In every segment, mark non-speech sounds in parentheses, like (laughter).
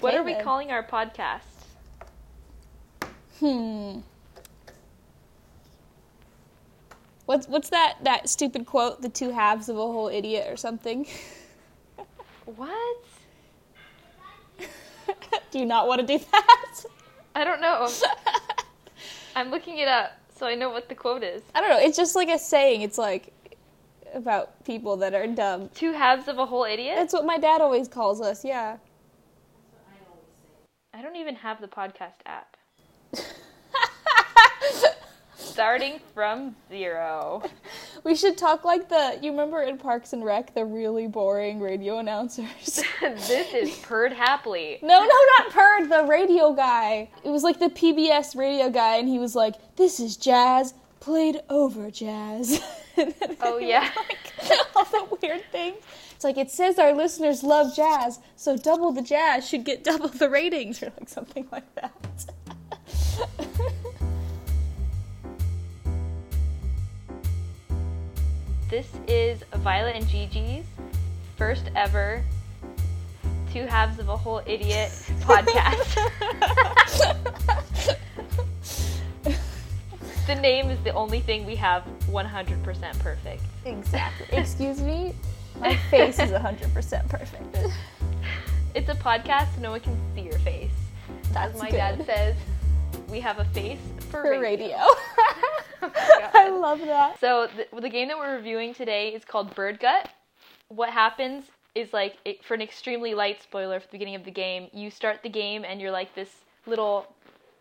what Okay, are we then. calling our podcast? Hmm. What's what's that that stupid quote? The two halves of a whole idiot or something. (laughs) What? do you not want to do that? (laughs) I don't know. I'm looking it up so I know what the quote is. I don't know. It's just like a saying. It's like about people that are dumb. Two halves of a whole idiot? That's what my dad always calls us. Yeah. (laughs) I don't even have the podcast app. Starting from zero. (laughs) We should talk like the you remember in Parks and Rec the really boring radio announcers. (laughs) this is Perd Hapley. No, no, not Perd, the radio guy. It was like the PBS radio guy, and he was like, This is jazz played over jazz. (laughs) And then Oh, he was yeah. (laughs) Like, all the weird things. It's like, It says our listeners love jazz, so double the jazz should get double the ratings, or like something like that. (laughs) This is Violet and Gigi's first ever Two Halves of a Whole Idiot podcast. (laughs) the name is the only thing we have 100% perfect. exactly. Excuse me? My face is 100% perfect. It's a podcast, so no one can see your face. That's As my good. dad says, we have a face for, For radio. radio. my (laughs) I God. love that. So the, the game that we're reviewing today is called Bird Gut. What happens is like it, for an extremely light spoiler for the beginning of the game, you start the game and you're like this little,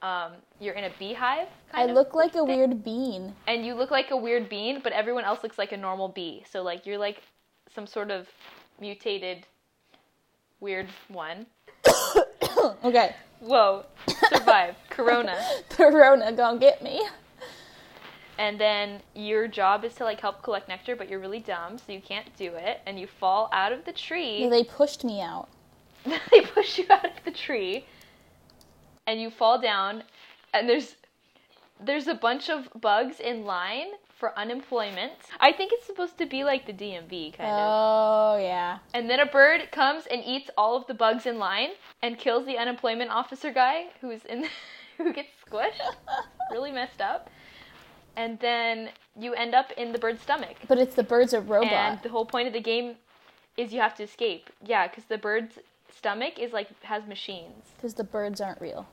um, you're in a beehive. I Kind of, look like a weird bean. (clears throat) and you look like a weird bean, but everyone else looks like a normal bee. So like you're like some sort of mutated, weird one. Okay. (laughs) Whoa, survive Corona. The Rona gonna get me. and then your job is to like help collect nectar but you're really dumb so you can't do it and you fall out of the Yeah, tree they pushed me out. (laughs) they push you out of the tree and you fall down and there's there's a bunch of bugs in line for unemployment i think it's supposed to be like the dmv kind of Oh yeah. (laughs) and then a bird comes and eats all of the bugs in line and kills the unemployment officer guy who's in (laughs) who gets squished really messed up and then you end up in the bird's stomach But it's the birds are robot. and the whole point of the game is you have to escape yeah because the bird's stomach is like has machines Because the birds aren't real.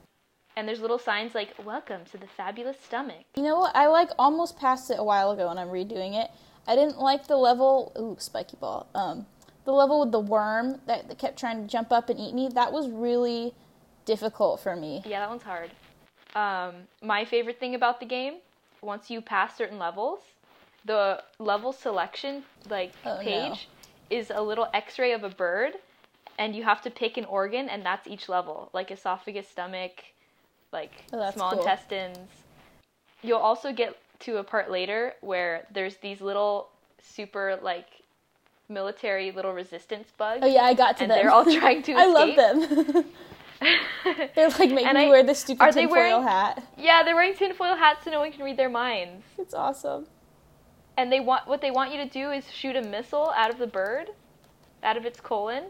and there's little signs like welcome to the fabulous stomach You know what? I like almost passed it a while ago and I'm redoing it. I didn't like the level ooh, spiky ball. Um the level with the worm that, that kept trying to jump up and eat me, that was really difficult for me. yeah that one's hard um, my favorite thing about the game once you pass certain levels the level selection like Oh, no. page is a little x-ray of a bird and you have to pick an organ and that's each level like esophagus stomach like Oh, that's small cool. intestines you'll also get to a part later where there's these little super like military little resistance bugs Oh yeah, I got to and them. they're all trying to (laughs) I love escape. them. (laughs) (laughs) they're like making And me I- wear this stupid are they tinfoil wearing- hat. (laughs) yeah they're wearing tinfoil hats so no one can read their minds It's awesome. and they want what they want you to do is shoot a missile out of the bird, out of its colon.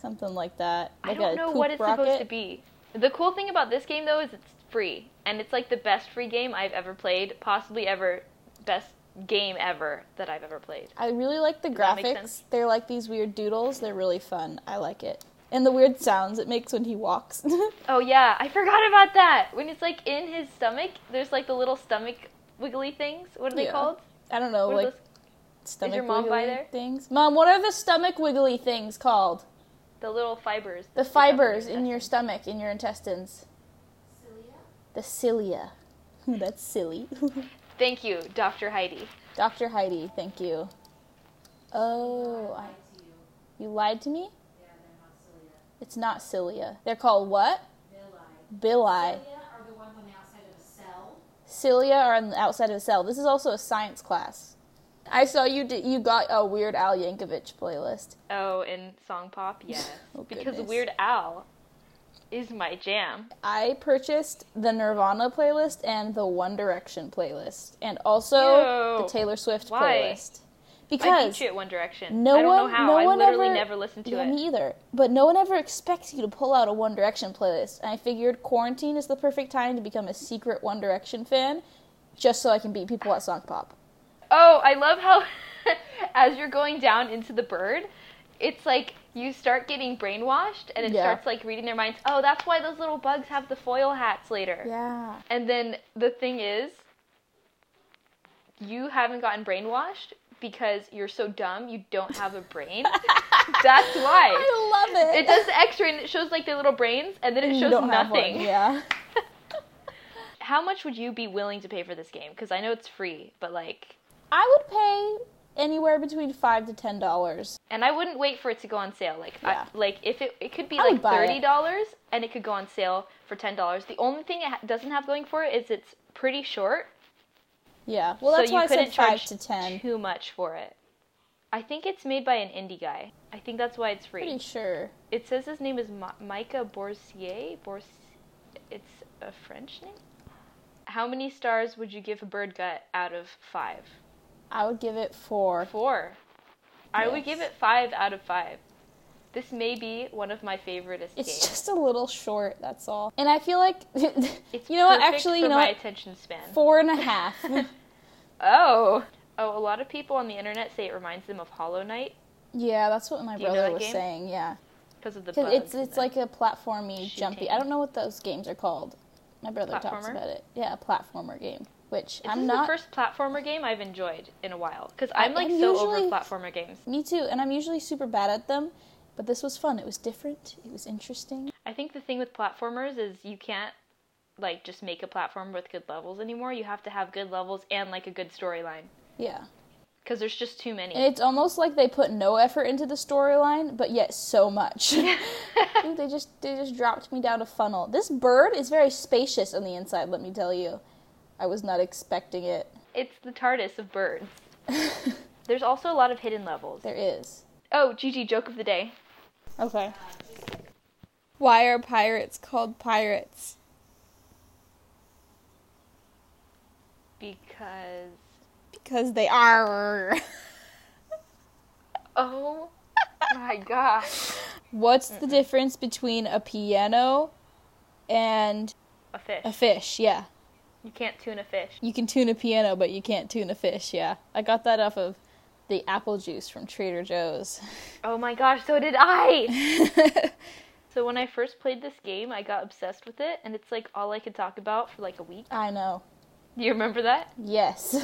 Something like that. I Like don't a know poop what it's rocket. supposed to be. The cool thing about this game though is it's free, and it's like the best free game I've ever played, possibly ever best game ever that I've ever played. I really like the that make graphics. sense? They're like these weird doodles. They're really fun. I like it. And the weird sounds it makes when he walks. (laughs) Oh yeah, I forgot about that. When it's like in his stomach, there's like the little stomach wiggly things. What are they Yeah. called? I don't know, What are like those- stomach your mom wiggly buy there? things. Mom, what are the stomach wiggly things called? the little fibers. The that stick out of fibers in intestine. your stomach, in your intestines. The cilia. (laughs) That's silly. (laughs) Thank you, Dr. Heidi. Dr. Heidi, thank you. Oh, I, you lied to me? It's not cilia. They're called what? Villi. are the ones on the outside of a cell. cilia are on the outside of a cell. This is also a science class. I saw you. Did, you got a Weird Al Yankovic playlist. Oh, in song (laughs) pop, yes. Oh, because goodness. Weird Al is my jam. I purchased the Nirvana playlist and the One Direction playlist, and also Ew. the Taylor Swift Why? playlist. I beat because you at One Direction. no I don't one, know how. no I one literally ever, never listened to yeah, it. Me either. But no one ever expects you to pull out a One Direction playlist, and I figured quarantine is the perfect time to become a secret One Direction fan, just so I can beat people at Song Pop. Oh, I love how (laughs) as you're going down into the bird, it's like you start getting brainwashed and it Yeah. starts like reading their minds. Oh, that's why those little bugs have the foil hats later. Yeah. And then the thing is, you haven't gotten brainwashed because you're so dumb, you don't have (laughs) a brain. that's why. I love it. It does the x ray and it shows like their little brains and then it You shows don't have one, nothing. Yeah. How much would you be willing to pay for this game? Because I know it's free, but like. (laughs) I would pay anywhere between five to ten dollars. and I wouldn't wait for it to go on sale. Like, Yeah. I, like if it it could be I would like buy it. thirty dollars, and it could go on sale for ten dollars. The only thing it ha- doesn't have going for it is it's pretty short, Yeah. Well, so that's you why I couldn't said five charge to ten. too much for it. I think it's made by an indie guy. I think that's why it's free. Pretty sure. It says his name is Ma- Micah Borsier. Bors, it's a French name. How many stars would you give a bird gut out of five? I would give it four. Four. I would Yes. give it five out of five. This may be one of my favorite It's games. just a little short. That's all. And I feel like (laughs) It's you know what? perfect Actually, for you know my what? attention span. Four and a (laughs) half. (laughs) Oh, oh, a lot of people on the internet say it reminds them of Hollow Knight yeah, that's what my Do you know brother that was game? saying. Yeah, because of the because bugs. it's and it's the- like a platformy jumpy. shooting. I don't know what those games are called. My brother talks Platformer? about it. Yeah, a platformer game. Which This I'm is not. the first platformer game I've enjoyed in a while because I- I'm like I'm so usually- over platformer games. Me too. And I'm usually super bad at them, but this was fun. It was different. It was interesting. I think the thing with platformers is you can't like just make a platform with good levels anymore. You have to have good levels and like a good storyline Yeah. because there's just too many. And it's almost like they put no effort into the storyline, but yet so much. (laughs) Ooh, they just they just dropped me down a funnel. This bird is very spacious on the inside, let me tell you. I was not expecting it. (laughs) It's the TARDIS of birds. There's also a lot of hidden levels. There is. Oh, Gigi, joke of the day. Okay. Why are pirates called pirates? Because Because they are. (laughs) oh my gosh, What's the difference between a piano and a fish. a fish? Yeah. You can't tune a fish. You can tune a piano, but you can't tune a fish. Yeah. I got that off of the apple juice from Trader Joe's. (laughs) Oh my gosh, so did I. so when I first played this game, I got obsessed with it, and it's like all I could talk about for like a week. I know. Do you remember that? Yes.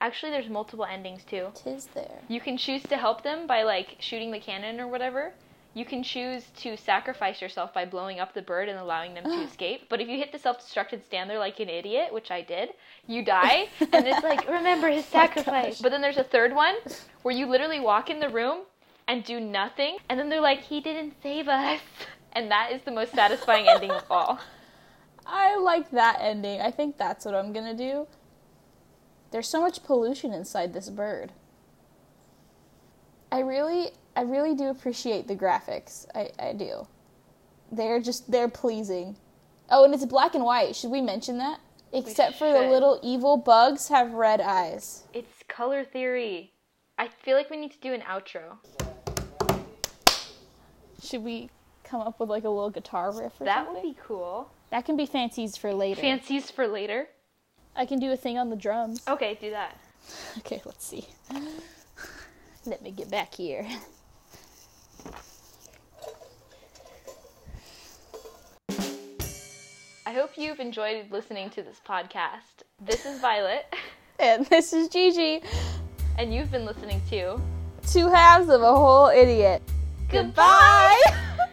Actually, there's multiple endings too. Tis there. You can choose to help them by like shooting the cannon or whatever. You can choose to sacrifice yourself by blowing up the bird and allowing them to escape. But if you hit the self-destructed stand there like an idiot, which I did, you (laughs) die. And it's like, remember his sacrifice. But then there's a third one where you literally walk in the room and do nothing. And then they're like, he didn't save us. And that is the most satisfying ending of all. I like that ending. I think that's what I'm gonna do. There's so much pollution inside this bird. I really, I really do appreciate the graphics. I, I do. They're just, they're pleasing. Oh, and it's black and white. Should we mention that? Except for the should. little evil bugs have red eyes. (laughs) It's color theory. I feel like we need to do an outro. Should we come up with like a little guitar riff or That would something? be cool. that can be fancies for later. Fancies for later. I can do a thing on the drums. Okay, do that. Okay, let's see. (laughs) Let me get back here. I hope you've enjoyed listening to this podcast. This is Violet, (laughs) And this is Gigi, and you've been listening to two halves of a whole idiot. Goodbye. (laughs)